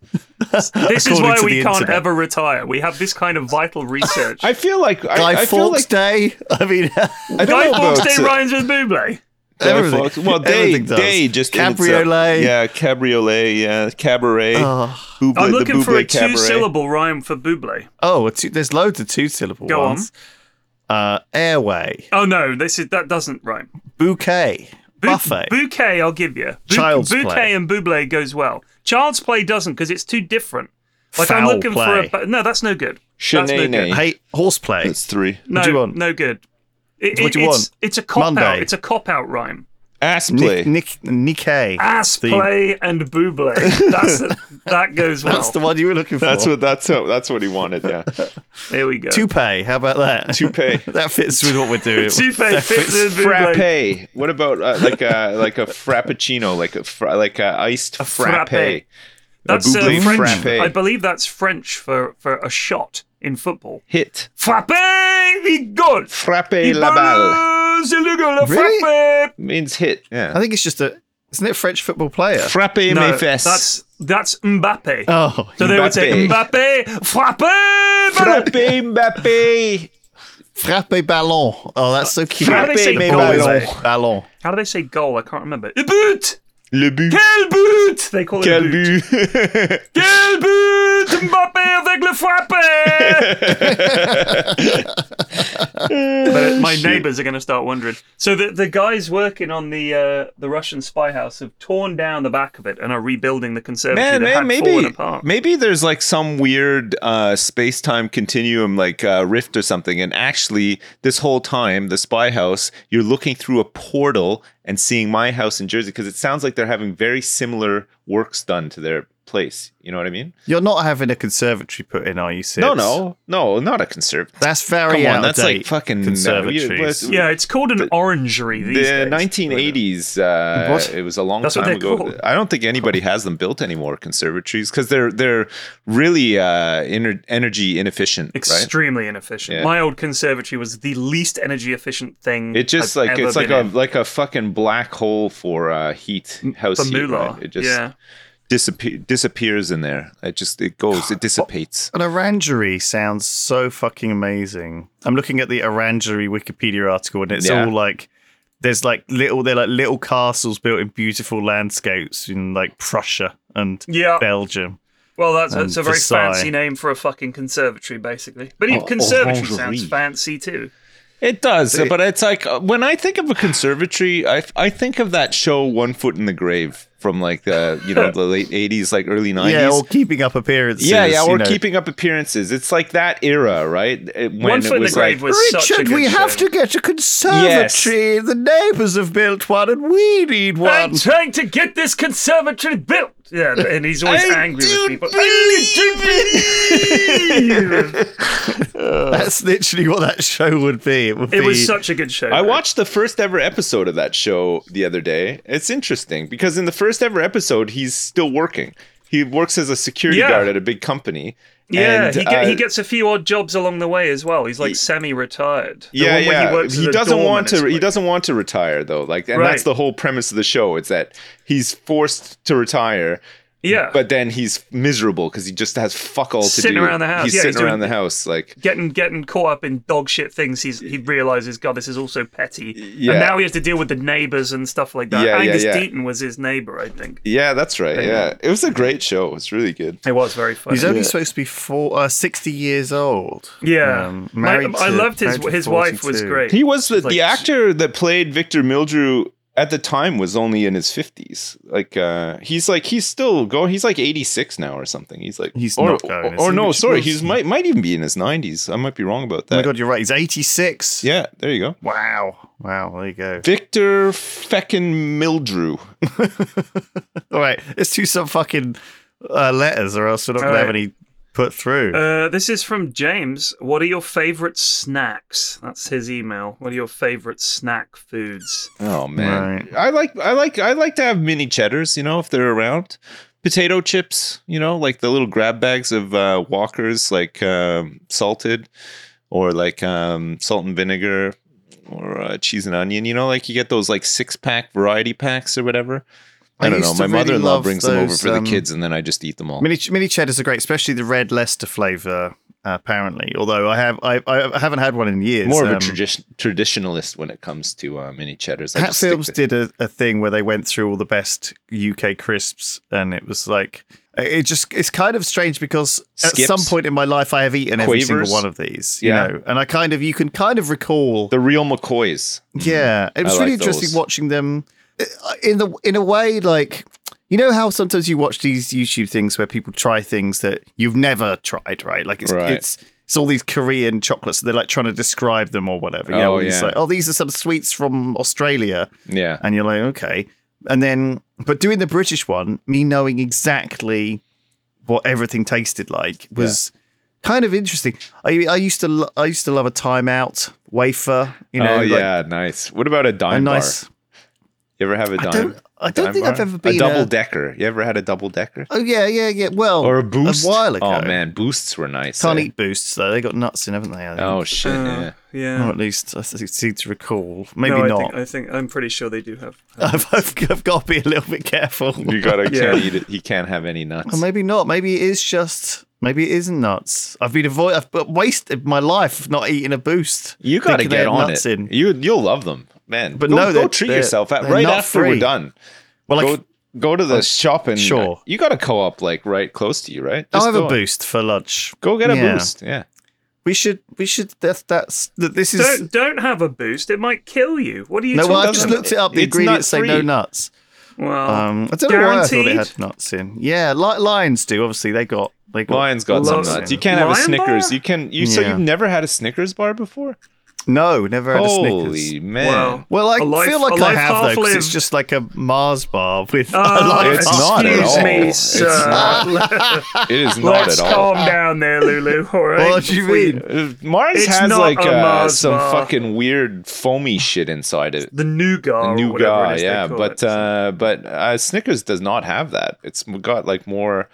This is According why to we the can't internet. ever retire. We have this kind of *laughs* vital research. I feel like I, Guy I feel Fawkes like Day. *laughs* I mean, I don't Guy know Fawkes about Day it. rhymes with Buble. Guy Everything. Fawkes. Well, day, Everything does. day just in itself. Cabriolet. Yeah, cabriolet. Yeah, cabaret. Oh. Buble- I'm the looking for a Buble cabaret. two-syllable rhyme for Buble. oh, a two, there's loads of two syllable Go ones. Uh, airway, Oh no, this is that doesn't rhyme. bouquet, Bu- buffet. Bouquet, I'll give you. Bu- Child's bouquet play. and buble goes well. Child's play doesn't because it's too different. Like I'm Foul looking play. for a bu- no. That's no good. That's no Shenanay. good. hey, horseplay. That's three. No, do you want? no good. It- What do you it's, want? It's a cop out. Monday. It's a cop out rhyme. Ass play. Nick, Nick, Nikkei. Ass The- play and buble. That's that goes well. *laughs* That's the one you were looking for. that's what that's what, that's what he wanted. Yeah. there we go. Toupee. How about that? Toupee. *laughs* that fits with what we're doing. *laughs* Toupee fits in buble. frappe. What about uh, *laughs* like a like a frappuccino, like a fra- like a iced frappe? frappe. That's uh, bubbly French. frappe. I believe that's French for, for a shot in football. Hit Frappe the goal. frappe Il la balle balle, c'est le goal, Really? frappe. means hit. I Yeah. think it's just a. Isn't it a French football player? Frappe mes No, fesses. that's that's Mbappe. Oh, so they would say Mbappe, frappe. balle. frappe Mbappe. frappe ballon. Oh, that's so cute. How do they say Frappe goal? mes Ballon. ballons. Ballon. How do they say goal? I can't remember. Le but. Le but. Quel but? They call it Quel a but. *laughs* but. Quel but? Mbappe avec *laughs* le frappe. but uh, my neighbors are going to start wondering. So the the guys working on the uh, the Russian spy house have torn down the back of it and are rebuilding the conservatory Man, that man, had fallen maybe apart. maybe there's like some weird uh, space time continuum, like uh, rift or something. And actually, this whole time, the spy house, you're looking through a portal and seeing my house in Jersey because it sounds like they're having very similar works done to their place. You know what I mean? You're not having a conservatory put in, are you? Sid? No, no, no, not a conservative. That's very Come on, out that's of like date fucking- uh, conservatories. you- Yeah, it's called an orangery The these days. 1980s, uh, What? it was a long That's what time they're ago. called. I don't think anybody has them built anymore, conservatories, because they're they're really uh, ener- energy inefficient, right? Extremely inefficient. Yeah. My old conservatory was the least energy efficient thing. It just I've like ever it's like been a in. like a fucking black hole for uh, heat house for heat. moolah. right? It just yeah. disappear, disappears in there. It just it goes. It dissipates. An orangery sounds so fucking amazing. I'm looking at the orangery Wikipedia article, and it's Yeah. all like there's like little they're like little castles built in beautiful landscapes in like Prussia and Yeah. Belgium. Well, that's, and that's a very Versailles. fancy name for a fucking conservatory, basically. But even Oh, conservatory orangerie. sounds fancy too. It does, but it's like uh, when I think of a conservatory, I, I think of that show One Foot in the Grave from like the you *laughs* know the late eighties, like early nineties. Yeah, or keeping up appearances. yeah, yeah, you or know. keeping up appearances. It's like that era, right? It- When One Foot in the Grave was such a Richard, good we show. have to get a conservatory. The neighbours have built one, and we need I'm one. trying to get this conservatory built. Yeah, and *laughs* he's always angry with people. *laughs* That's literally what that show would be. It would It be. was such a good show. I watched the first ever episode of that show the other day. It's interesting because in the first ever episode, he's still working. He works as a security Yeah. guard at a big company. Yeah, and, he, get, he uh, gets a few odd jobs along the way as well. He's like semi-retired. The yeah, one where yeah. He, works as a doesn't doorman want is to. He like- doesn't want to retire though. Like, and that's Right. the whole premise of the show. It's that he's forced to retire, Yeah, but then he's miserable because he just has fuck all to Sitting do. around the house. He's Yeah, sitting he's doing- around the house. Like, getting getting caught up in dog shit things. He's he realizes God, this is also petty. Yeah. And now he has to deal with the neighbors and stuff like that. Yeah, yeah, Angus yeah. Deaton was his neighbor, I think. yeah, that's right. Yeah, it was a great show. It's really good. It was very funny. He's only supposed to be four, uh, 60 years old. yeah, Um, My- married I to- loved his married to his wife was 42. great. He was the, the like- actor that played Victor Mildrew at the time was only in his 50s. Like uh he's like he's still going he's like 86 now or something. He's like He's or, not going, is or he? no, Which- sorry, which- he's might might even be in his 90s. I might be wrong about Oh my that. god, you're right. He's 86. yeah, there you go. Wow. Wow. There you *laughs* go. Victor feckin' Mildrew. All right. Let's do some fucking uh, letters, or else we're not going All to have right. any put through. Uh, this is from James. What are your favorite snacks? That's his email. What are your favorite *laughs* snack foods? Oh man. Right. I like I like I like to have mini cheddars, you know, if they're around. Potato chips, you know, like the little grab bags of uh Walkers like um salted or like um salt and vinegar or uh, cheese and onion, you know, like you get those like six pack variety packs or whatever. I, I don't used know. to My really mother-in-law love brings them over those, for um, the kids and then I just eat them all. Mini, mini cheddars are great, especially the red Leicester flavour. Apparently, although I have I, I haven't had one in years. More of a Um, tradi- traditionalist when it comes to uh, mini cheddars. I Hat just stick Films with- did a, a thing where they went through all the best UK crisps, and it was like it just it's kind of strange because at Skips? some point in my life I have eaten every Quavers? single one of these, you Yeah. know, and I kind of you can kind of recall, the real McCoys. *clears throat* yeah, it was I really like interesting those. watching them uh, in the in a way like. You know how sometimes you watch these YouTube things where people try things that you've never tried, right? Like it's Right. it's it's all these Korean chocolates. They're like trying to describe them or whatever. You know, Oh, all these, yeah. like, oh, these are some sweets from Australia Yeah. and you're like, okay. And then, but doing the British one, me knowing exactly what everything tasted like was kind of interesting. I I used to lo- I used to love a timeout wafer, you know, oh like yeah, nice. What about a a dime bar? nice. You ever have a dime? I don't I don't dime think I've bar? ever been a double a- decker. You ever had a double decker Oh yeah, yeah, yeah. Well, or a boost? a while ago. Oh man, boosts were nice. can't eh? eat boosts though. They got nuts in, haven't they? I think. Oh shit! Uh, *laughs* Or yeah. at least I seem to recall. Oh, Maybe No, I not. Think, I think I'm pretty sure they do have. *laughs* I've, I've, I've got to be a little bit careful. yeah. You gotta Yeah. can't eat it. He can't have any nuts. Well, maybe not. Maybe it is just. Maybe it isn't nuts. I've been avoid. I've but wasted my life of not eating a boost. you gotta thinking they get had on nuts it. in. You you'll love them, man. But go, no, go they're- treat they're- yourself at, they're right not after we're free. done. Well, like, go go to the shop and sure. you got a co-op like right close to you, right? I'll Just have go a boost for lunch. Go get a Yeah. boost. Yeah. We should. We should. That's that's. that- This is. Don't don't have a boost. It might kill you. What are you No, well, I talking just about? looked it up. The It's ingredients say no nut-free. nuts. well, Um, I don't know why I thought it guaranteed? had nuts in. Yeah, li- lions do. Obviously, they got. They got Lions got some Lion- nuts. You can't have a Lion Snickers. bar? You can. You so Yeah. you've never had a Snickers bar before? No, never had a Holy Snickers. man! well, Well, I A life- feel a like I life have though, because it's half-lived. just like a Mars bar with *laughs* a Ah, Oh, life It's half- not at excuse all. me, It's sir. not. It is not *laughs* Let's at all. calm down there, *laughs* Lulu. All right. What do you We- mean? Uh, Mars It's has not like a uh, Mars some bar. fucking weird foamy shit inside it. The nougat. or New whatever it guy, is they yeah, call but it. uh, but uh, Snickers does not have that. It's got like more.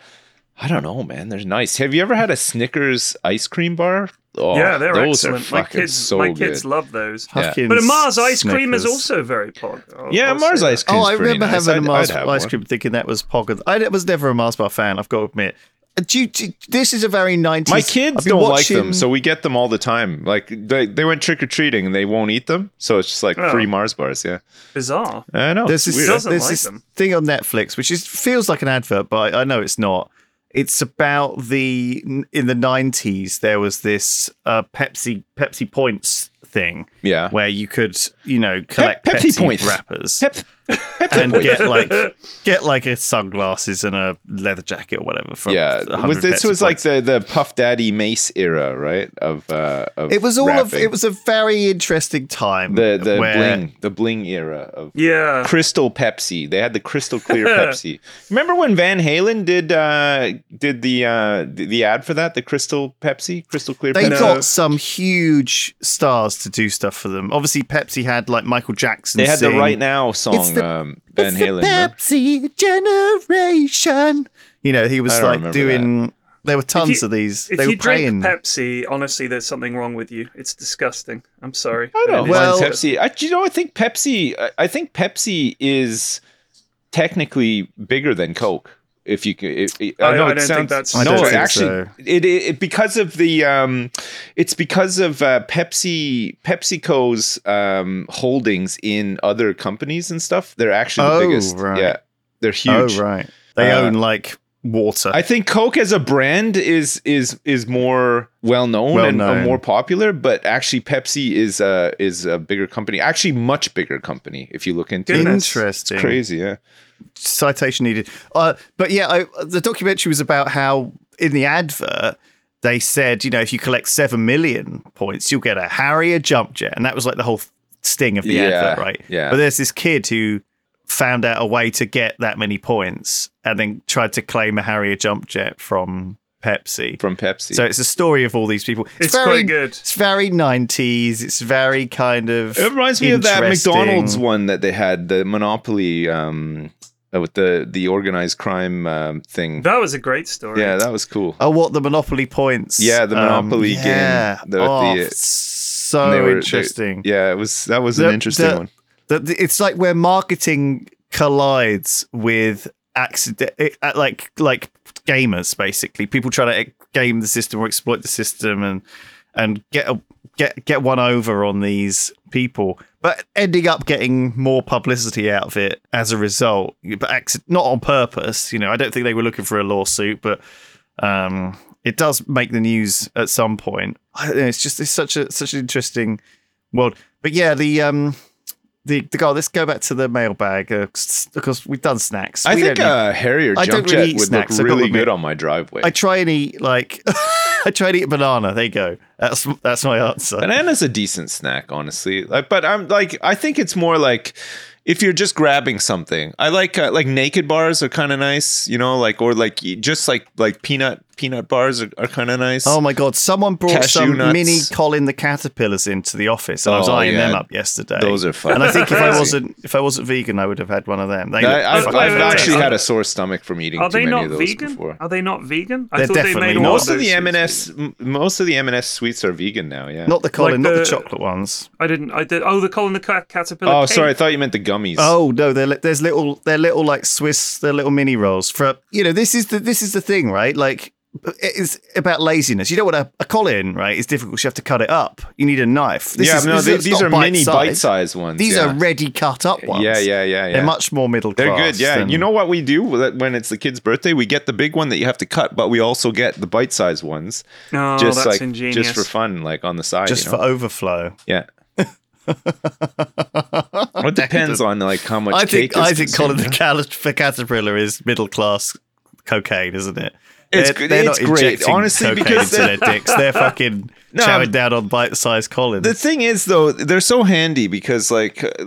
I don't know, man. They're nice. Have you ever had a Snickers ice cream bar? Oh, yeah, they're those excellent. Are my fucking kids, so my good. kids love those. Fucking But a Mars ice cream is Snickers. also very popular. I'll- yeah, I'll Mars say that. ice cream. Oh, I remember nice. having a I'd- Mars I'd have ice one. cream, thinking that was Pog. I was never a Mars bar fan. I've got to admit. Uh, Do you, do you- this is a very nineties. My kids don't like them, so we get them all the time. Like they, they went trick or treating and they won't eat them, so it's just like Oh. free Mars bars. Yeah, Bizarre. I know. there's this, there's it's weird. Doesn't like this them. thing on Netflix which is feels like an advert, but I, I know it's not. It's about the in the nineties. There was this uh, Pepsi Pepsi points thing Yeah. where you could, you know, collect Pepsi Pepsi, points. wrappers Pep- and points. get like *laughs* get like a sunglasses and a leather jacket or whatever. From yeah. 100 Was this Pepsi was like points. the the Puff Daddy Mace era, right? Of uh of it was all of rapping. it was a very interesting time. the the where- bling the bling era of Yeah. crystal Pepsi. They had the crystal clear Pepsi. Remember when Van Halen did uh did the uh the, the ad for that? The crystal Pepsi, crystal clear They Pepsi. got some huge stars to do stuff for them. Obviously, Pepsi had like Michael Jackson. They had the sing, right now It's song the- um Van it's Halen. The no? Pepsi generation. You know, he was I don't like remember doing. There were tons you- of these. If They were you paying. drink Pepsi, honestly, there's something wrong with you. It's disgusting. I'm sorry. I don't It is Well- mind disgusting. Pepsi. I, do you know, I think Pepsi. I, I think Pepsi is technically bigger than Coke. If you, c- if, if, I- know I it don't think sounds- that's- I don't no, think actually, so. it, it, it because of the um, it's because of uh, Pepsi PepsiCo's um holdings in other companies and stuff. They're actually Oh, the biggest. right. Yeah, they're oh huge. right, they Uh, own like water. I think Coke as a brand is is is more well known Well and uh, known. more popular, but actually Pepsi is a is a bigger company, actually much bigger company if you look into it. Goodness. It's Interesting. crazy, yeah. citation needed. Uh, but yeah, I, the documentary was about how in the advert they said, you know, if you collect seven million points, you'll get a Harrier jump jet, and that was like the whole sting of the Yeah, advert, right? yeah. But there's this kid who found out a way to get that many points, and then tried to claim a Harrier jump jet from Pepsi. From Pepsi. So it's a story of all these people. It's quite good. It's very 90s. It's very kind of. it reminds me of that interesting. McDonald's one that they had, the Monopoly um uh, with the the organized crime um, thing. That was a great story. yeah, that was cool. Oh, what the Monopoly points? Yeah, the Um, Monopoly game. Yeah. The- oh, the- it's so And they were- they- interesting. yeah, it was that was an The- interesting the- one. The- the- it's like where marketing collides with accident, it- uh, like like gamers basically. People trying to ex- game the system or exploit the system and and get a, get get one over on these people, but ending up getting more publicity out of it as a result. But acc- not on purpose. You know, I don't think they were looking for a lawsuit, but um, it does make the news at some point. I don't know, it's just it's such a such an interesting world. But yeah, the um the the guy. Let's go back to the mailbag uh, s- because we've done snacks. I We think don't need- uh, Harrier I Jump don't really Jet eat would snacks, I've look got to really admit. good on my driveway. I try and eat like *laughs* I try and eat a banana. There you go. That's that's my answer. Banana's a decent snack, honestly. Like, but I'm like, I think it's more like if you're just grabbing something. I like uh, like naked bars are kind of nice, you know, like or like y- just like like peanut peanut bars are, are kind of nice. Oh my god! Someone brought Cashew some nuts. mini Colin the caterpillars into the office, and I was Oh, eyeing yeah. them up yesterday. Those are fun. And I think if I Crazy. wasn't if I wasn't vegan, I would have had one of them. They I, look have I've- fucking I've actually fantastic. had a sore stomach from eating Are too they many not of those vegan? before. Are they not vegan? I They're thought they definitely made not. all Most of those the sweets M&S, m- most of the M&S sweets are vegan now. Yeah. not the Colin, Like not the the- chocolate ones. I didn't. I did. Oh, the Colin the Ca- Caterpillar. oh, cake. sorry, I thought you meant the gummies. Oh no, they're li- there's little they're little like Swiss, they're little mini rolls. For you know, this is the this is the thing, right? Like it's about laziness. You don't want a, a Colin, right? It's difficult. You have to cut it up. You need a knife. This yeah, is, no, this they- is these not are mini bite-sized. bite-sized ones. These yeah. are ready cut up ones. Yeah, yeah, yeah, yeah. They're much more middle They're class. good, yeah. than- You know what we do with it when it's the kid's birthday? We get the big one that you have to cut, but we also get the bite-sized ones, Oh, just that's like ingenious. just for fun, like on the side. just you know? for overflow. *laughs* yeah. well, it depends on like how much I cake. think I think Colin the, the cal- the caterpillar is middle class cocaine, isn't it? It's good- it's great, injecting honestly, cocaine because into the- their dicks, *laughs* they're fucking No, chowing I'm- down on bite-sized Colin. the thing is though, they're so handy because like uh,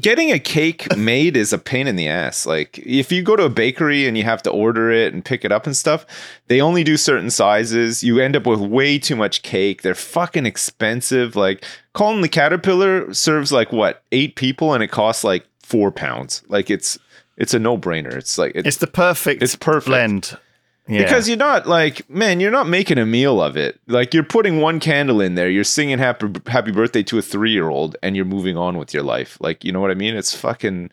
getting a cake made is a pain in the ass. Like if you go to a bakery and you have to order it and pick it up and stuff, they only do certain sizes. You end up with way too much cake. They're fucking expensive. Like Colin the Caterpillar serves like what eight people and it costs like four pounds. Like it's it's a no brainer. It's like It's the perfect. It's perfect. blend. Yeah. because you're not like, man, you're not making a meal of it. Like you're putting one candle in there, you're singing happy happy birthday to a three year old, and you're moving on with your life. Like you know what I mean? It's fucking.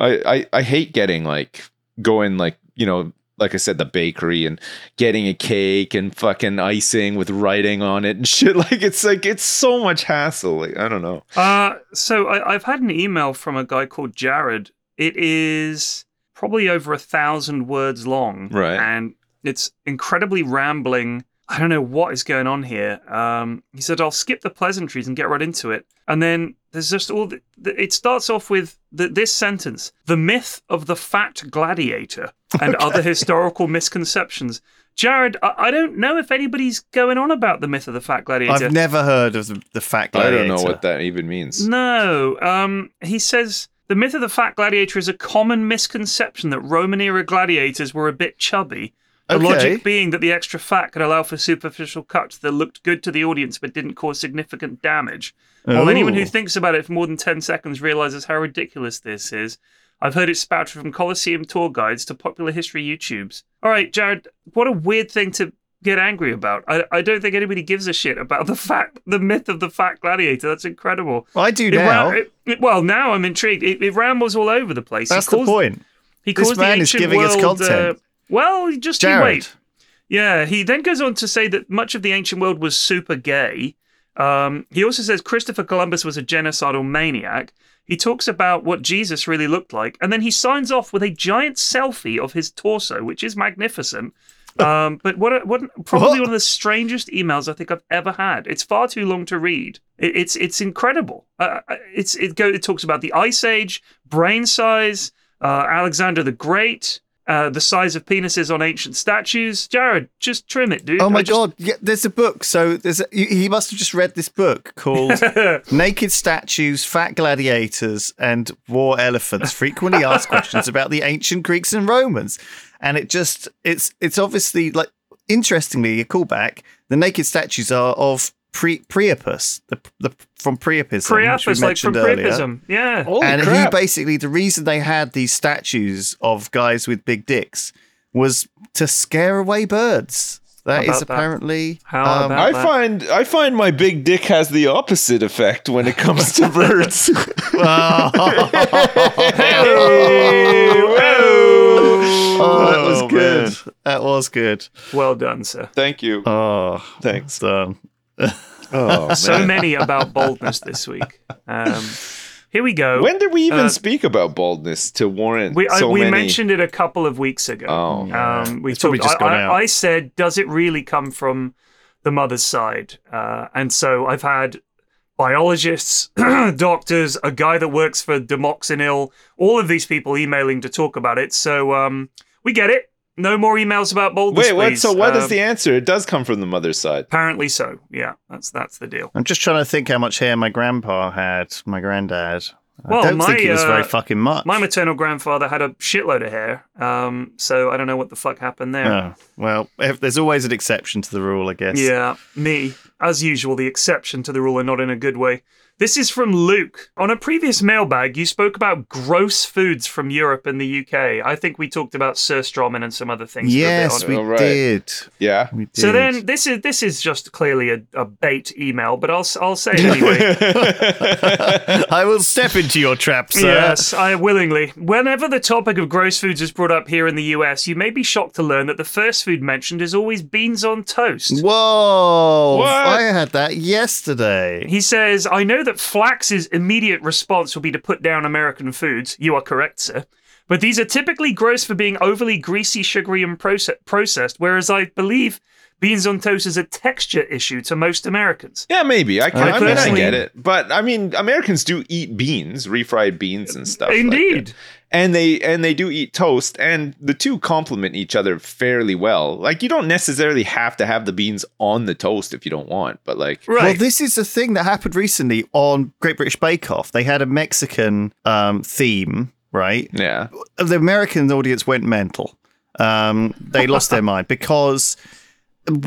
I I, I hate getting like going like you know. Like I said, the bakery and getting a cake and fucking icing with writing on it and *laughs* shit. Like it's like it's so much hassle. Like I don't know. Uh, so I, I've had an email from a guy called Jared. It is probably over a thousand words long, Right. And it's incredibly rambling I don't know what is going on here. Um, he said, I'll skip the pleasantries and get right into it. And then there's just all the, the, it starts off with the, this sentence The myth of the fat gladiator and other historical misconceptions. Jared, I, I don't know if anybody's going on about the myth of the fat gladiator. I've never heard of the, the fat I gladiator. don't know what that even means. No. Um, he says the myth of the fat gladiator is a common misconception that Roman era gladiators were a bit chubby. The Okay. logic being that the extra fat could allow for superficial cuts that looked good to the audience but didn't cause significant damage. While anyone Ooh. who thinks about it for more than 10 seconds realizes how ridiculous this is. I've heard it spouted from Colosseum tour guides to popular history YouTubes. All right, Jared, what a weird thing to get angry about. I, I don't think anybody gives a shit about the *laughs* fact, the myth of the fat gladiator. That's incredible. Well, I do It ra- now. it- it- well, now I'm intrigued. It, it rambles all over the place. That's he the calls, point. He This calls the man is ancient giving us world, content. Uh, well, you just you Jared. wait. Yeah, he then goes on to say that much of the ancient world was super gay. Um, he also says Christopher Columbus was a genocidal maniac. He talks about what Jesus really looked like, and then he signs off with a giant selfie of his torso, which is magnificent. Um, but what, a, what an- probably What? one of the strangest emails I think I've ever had. It's far too long to read. It, it's it's incredible. Uh, uh, it's it go it talks about the Ice Age, brain size, uh, Alexander the Great, uh, the size of penises on ancient statues. Jared, just trim it, dude. Oh my I just- god! Yeah, there's a book. So there's a, he- he must have just read this book *laughs* called "Naked Statues, Fat Gladiators, and War Elephants: Frequently Asked Questions About the Ancient Greeks and Romans," and it just it's it's obviously like interestingly a callback. The naked statues are of Pre Priapus, the, the from Priapism, which we Priapus, like from mentioned earlier. Priapism. Yeah. Holy and crap. he basically the reason they had these statues of guys with big dicks was to scare away birds. That How is about that? apparently um, How about- Um, I But- find I find my big dick has the opposite effect when it comes to *laughs* *laughs* birds. *laughs* Oh, that Oh, was good. That was good. Well done, sir. Thank you. Oh, Thanks. so- Oh, So *laughs* many about boldness this week. Um, here we go. When did we even Uh, speak about baldness to warrant we I, so we many? mentioned it a couple of weeks ago. oh, Um, we It's probably talked- just I, gone I- out. I said, does it really come from the mother's side? Uh, and so I've had biologists, *clears throat* doctors, a guy that works for Demoxenil, all of these people emailing to talk about it. So um, we get it. No more emails about baldness. wait, what? So please. what is Um, the answer? It does come from the mother's side. Apparently so. Yeah, that's that's the deal. I'm just trying to think how much hair my grandpa had, my granddad. I Well, don't my, think it was very uh, fucking much. My maternal grandfather had a shitload of hair, um, so I don't know what the fuck happened there. Oh, well, if, there's always an exception to the rule, I guess. Yeah, me. As usual, the exception to the rule and not in a good way. This is from Luke. On a previous mailbag, you spoke about gross foods from Europe and the UK. I think we talked about surströmming and some other things. for a bit on Yes, it. we All right. did. Yeah. We did. So then, this is this is just clearly a, a bait email, but I'll s- I'll *laughs* say it anyway. I will step into your *laughs* trap, sir. Yes, I willingly. Whenever the topic of gross foods is brought up here in the US, you may be shocked to learn that the first food mentioned is always beans on toast. Whoa! What? I had that yesterday. He says, I know that Flax's immediate response will be to put down American foods. You are correct, sir. But these are typically gross for being overly greasy, sugary, and proce- processed, whereas I believe beans on toast is a texture issue to most Americans. yeah, maybe. I, can, I, mean, I personally- get it. But I mean, Americans do eat beans, refried beans and stuff. like that. Indeed. and they and they do eat toast and the two complement each other fairly well like you don't necessarily have to have the beans on the toast if you don't want but like Right. Well, this is a thing that happened recently on Great British Bake Off. They had a Mexican um, theme, right? yeah The American audience went mental. Um, they lost *laughs* their mind because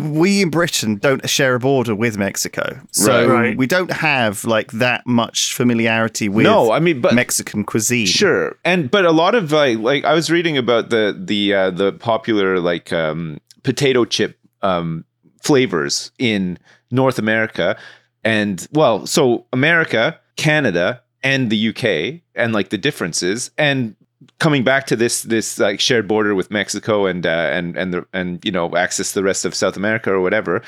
we in Britain don't share a border with Mexico, so Right. Right. we don't have like that much familiarity with no i mean but Mexican cuisine. sure and but a lot of like like i was reading about the the uh the popular like um potato chip um flavors in north america and well so america canada and the uk and like the differences and coming back to this this like shared border with mexico and uh, and and the, and you know access to the rest of south america or whatever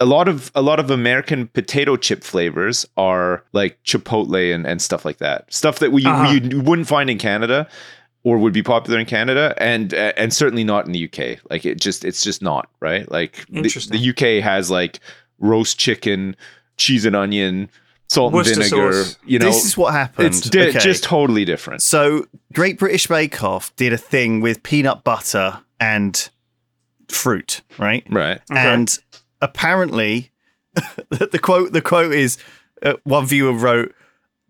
a lot of a lot of American potato chip flavors are like chipotle and, and stuff like that. Stuff that we, Uh-huh. you wouldn't find in Canada. or would be popular in Canada and uh, and certainly not in the UK. Like it just it's just not, right? Like the, Interesting. the UK has like roast chicken, cheese and onion, salt and Worcester vinegar, sauce. you know. this is what happened. it's di- Okay. just totally different. So, Great British Bake Off did a thing with peanut butter and fruit, right? Right. And apparently, *laughs* the quote the quote is uh, one viewer wrote.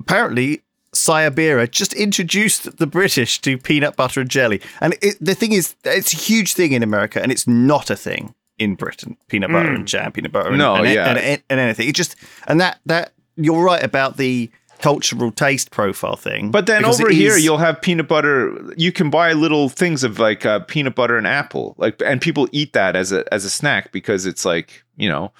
Apparently, Sayabira just introduced the British to peanut butter and jelly, and it, the thing is, it's a huge thing in America, and it's not a thing in Britain. Peanut butter and jam, peanut butter, and, Mm. No, and, yeah. and, and, and anything. It just and that that you're right about the cultural taste profile thing. But then because over it here, is- you'll have peanut butter. You can buy little things of like uh, peanut butter and apple, like, and people eat that as a as a snack because it's like you know,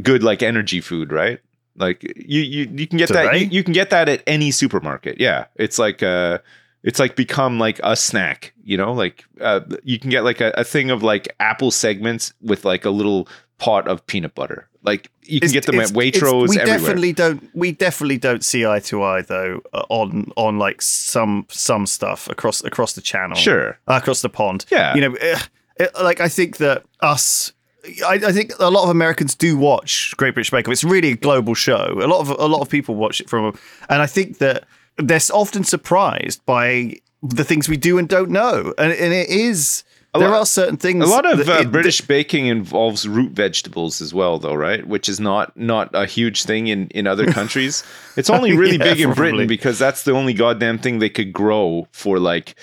good like energy food, right? Like you you, you can get Do that they? you, you can get that at any supermarket. Yeah, it's like uh, it's like become like a snack. You know, like uh, you can get like a, a thing of like apple segments with like a little pot of peanut butter. Like you can It's- get them at it's- it's- Waitrose We everywhere. definitely don't. We definitely don't see eye to eye though uh, on on like some some stuff across across the channel. Sure. uh, across the pond. Yeah. you know, eh, eh, like I think that us. I, I think a lot of Americans do watch Great British Bake Off. It's really a global show. A lot of a lot of people watch it from, and I think that they're often surprised by the things we do and don't know. And, and it is there lot- are certain things. A lot of that uh, it- British baking involves root vegetables as well, though, right? Which is not not a huge thing in *laughs* in other countries. It's only really Yeah, big in probably. Britain because that's the only goddamn thing they could grow for like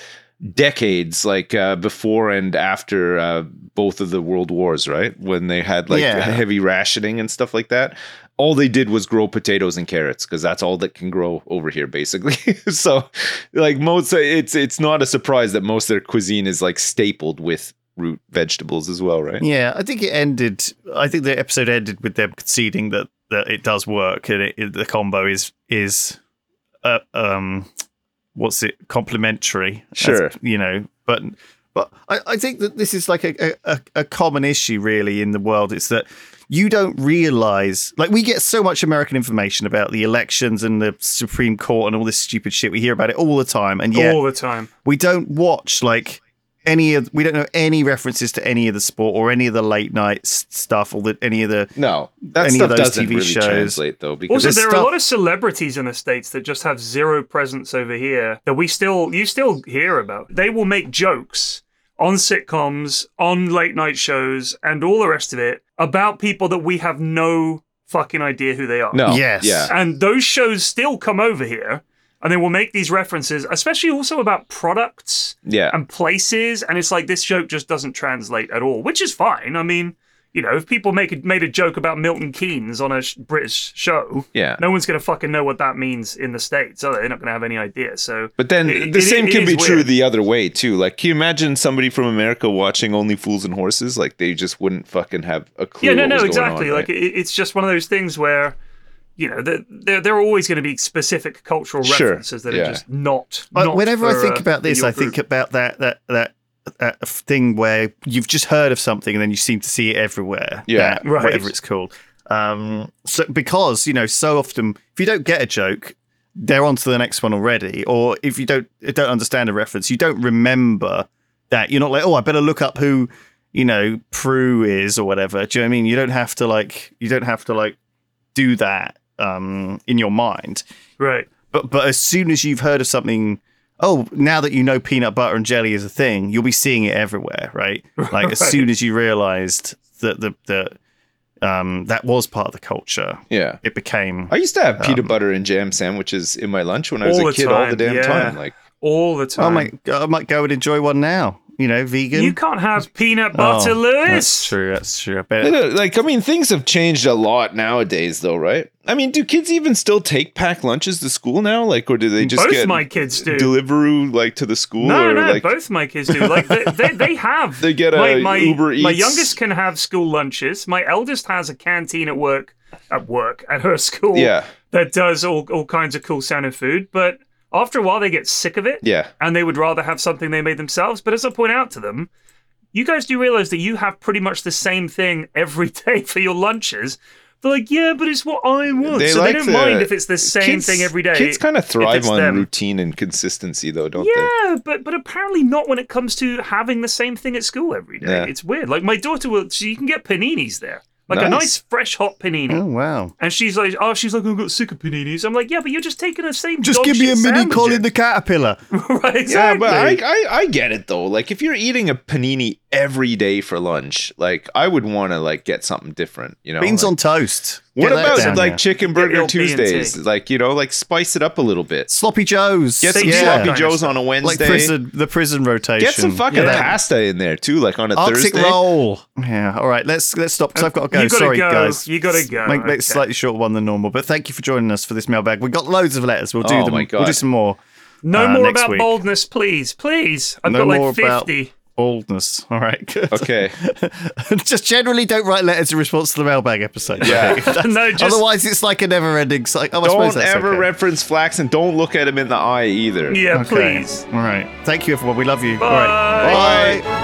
decades, like uh, before and after uh, both of the world wars, right? When they had like *laughs* Yeah. heavy rationing and stuff like that. All they did was grow potatoes and carrots because that's all that can grow over here, basically. *laughs* so, like most, it's it's not a surprise that most of their cuisine is like stapled with root vegetables as well, right? Yeah, I think it ended. I think the episode ended with them conceding that that it does work and it, it- the combo is is uh, um what's it complementary? as- Sure. you know, but but I, I think that this is like a, a a common issue really in the world. It's that you don't realize like we get so much American information about the elections and the Supreme Court and all this stupid shit. We hear about it all the time, and yet all the time. we don't watch like any of we don't know any references to any of the sport or any of the late night s- stuff or the, any of the No, that Any stuff of those doesn't TV really shows. translate though because Also, there's there are a stuff- lot of celebrities in the states that just have zero presence over here that we still you still hear about. They will make jokes on sitcoms, on late night shows, and all the rest of it about people that we have no fucking idea who they are. no, Yes. yeah, And those shows still come over here and they will make these references, especially also about products yeah. and places. And it's like this joke just doesn't translate at all, which is fine. I mean, you know, if people make a, made a joke about Milton Keynes on a sh- British show, Yeah. no one's going to fucking know what that means in the States, are they? They're not going to have any idea. So, But then It- the it- same it can is be true weird. the other way too. Like, can you imagine somebody from America watching Only Fools and Horses? Like, they just wouldn't fucking have a clue. yeah, no, what was no, going exactly. on, like, right? it, it's just one of those things where. You know, there, there, there are always going to be specific cultural Sure. references that Yeah. are just not. I- not whenever I for, think uh, about for this your I group. think about that that that that f- thing where you've just heard of something and then you seem to see it everywhere Yeah. that- Right. whatever it's called um so because you know so often if you don't get a joke they're on to the next one already or if you don't uh, don't understand a reference you don't remember that you're not like oh i better look up who you know prue is or whatever do you know what i mean you don't have to like you don't have to like do that um in your mind right. but but as soon as you've heard of something oh now that you know peanut butter and jelly is a thing you'll be seeing it everywhere *laughs* right like as Right. soon as you realized that the that um that was part of the culture yeah. it became I used to have peanut butter and jam sandwiches in my lunch when I was All a the kid all the time, damn yeah. time. Like, all the time. oh my god i might go and enjoy one now you know vegan You can't have peanut butter, Oh, Lewis. that's true that's true i bet No, no, like I mean, things have changed a lot nowadays, though, right? I mean, do kids even still take packed lunches to school now? Like, or do they just Both get my kids do. Deliveroo like to the school? no, or, no, like, both my kids do. Like they, they, *laughs* they have. They get a my, my, Uber My Eats. youngest can have school lunches. My eldest has a canteen at work, at work at her *laughs* school. Yeah. that does all all kinds of cool sounding food. But after a while, they get sick of it. Yeah. and they would rather have something they made themselves. But as I point out to them, *laughs* you guys do realize that you have pretty much the same thing every day for your lunches, They're like, yeah, but it's what I want. They so like they don't to- mind if it's the same kids, thing every day. Kids kind of if thrive it's on them. routine and consistency, though, don't they? Yeah, but but apparently not when it comes to having the same thing at school every day. Yeah. It's weird. Like my daughter will, she, you can get paninis there, like a Nice. nice fresh hot panini. Oh wow! And she's like, oh, she's like, I got sick of paninis. I'm like, yeah, but you're just taking the same. Just dog give me a shit mini sandwich." *laughs* Colin the caterpillar. right, Yeah, exactly. but I, I I get it though. Like if you're eating a panini every day for lunch, like I would want to like get something different. You know, Beans Like, on toast. What Get that about down like there. chicken Get burger your B and T. Tuesdays? Like you know, like spice it up a little bit. sloppy joes? Get some Same yeah. sloppy Kind of joes stuff. on a like Wednesday. prison, the prison rotation. Get some fucking Yeah. pasta in there too, like on a Arctic Thursday. roll. Yeah. All right. Let's let's stop because I've got to go. You gotta Sorry, go. guys. You gotta go. Make make it Okay. slightly shorter one than normal. But thank you for joining us for this mailbag. We've got loads of letters. We'll do Oh them. my God. We'll do some more. no uh, more next about week. boldness, please, please. I've no got more like about fifty. baldness. All right. Good. Okay. *laughs* just generally don't write letters in response to the mailbag episode. Yeah. Okay. *laughs* That's- No, just- Otherwise, it's like a never-ending cycle. Oh, I suppose Don't that's ever okay. reference flax and don't look at him in the eye either. Yeah, Okay. please. All right. Thank you, everyone. We love you. All Bye. right. Bye.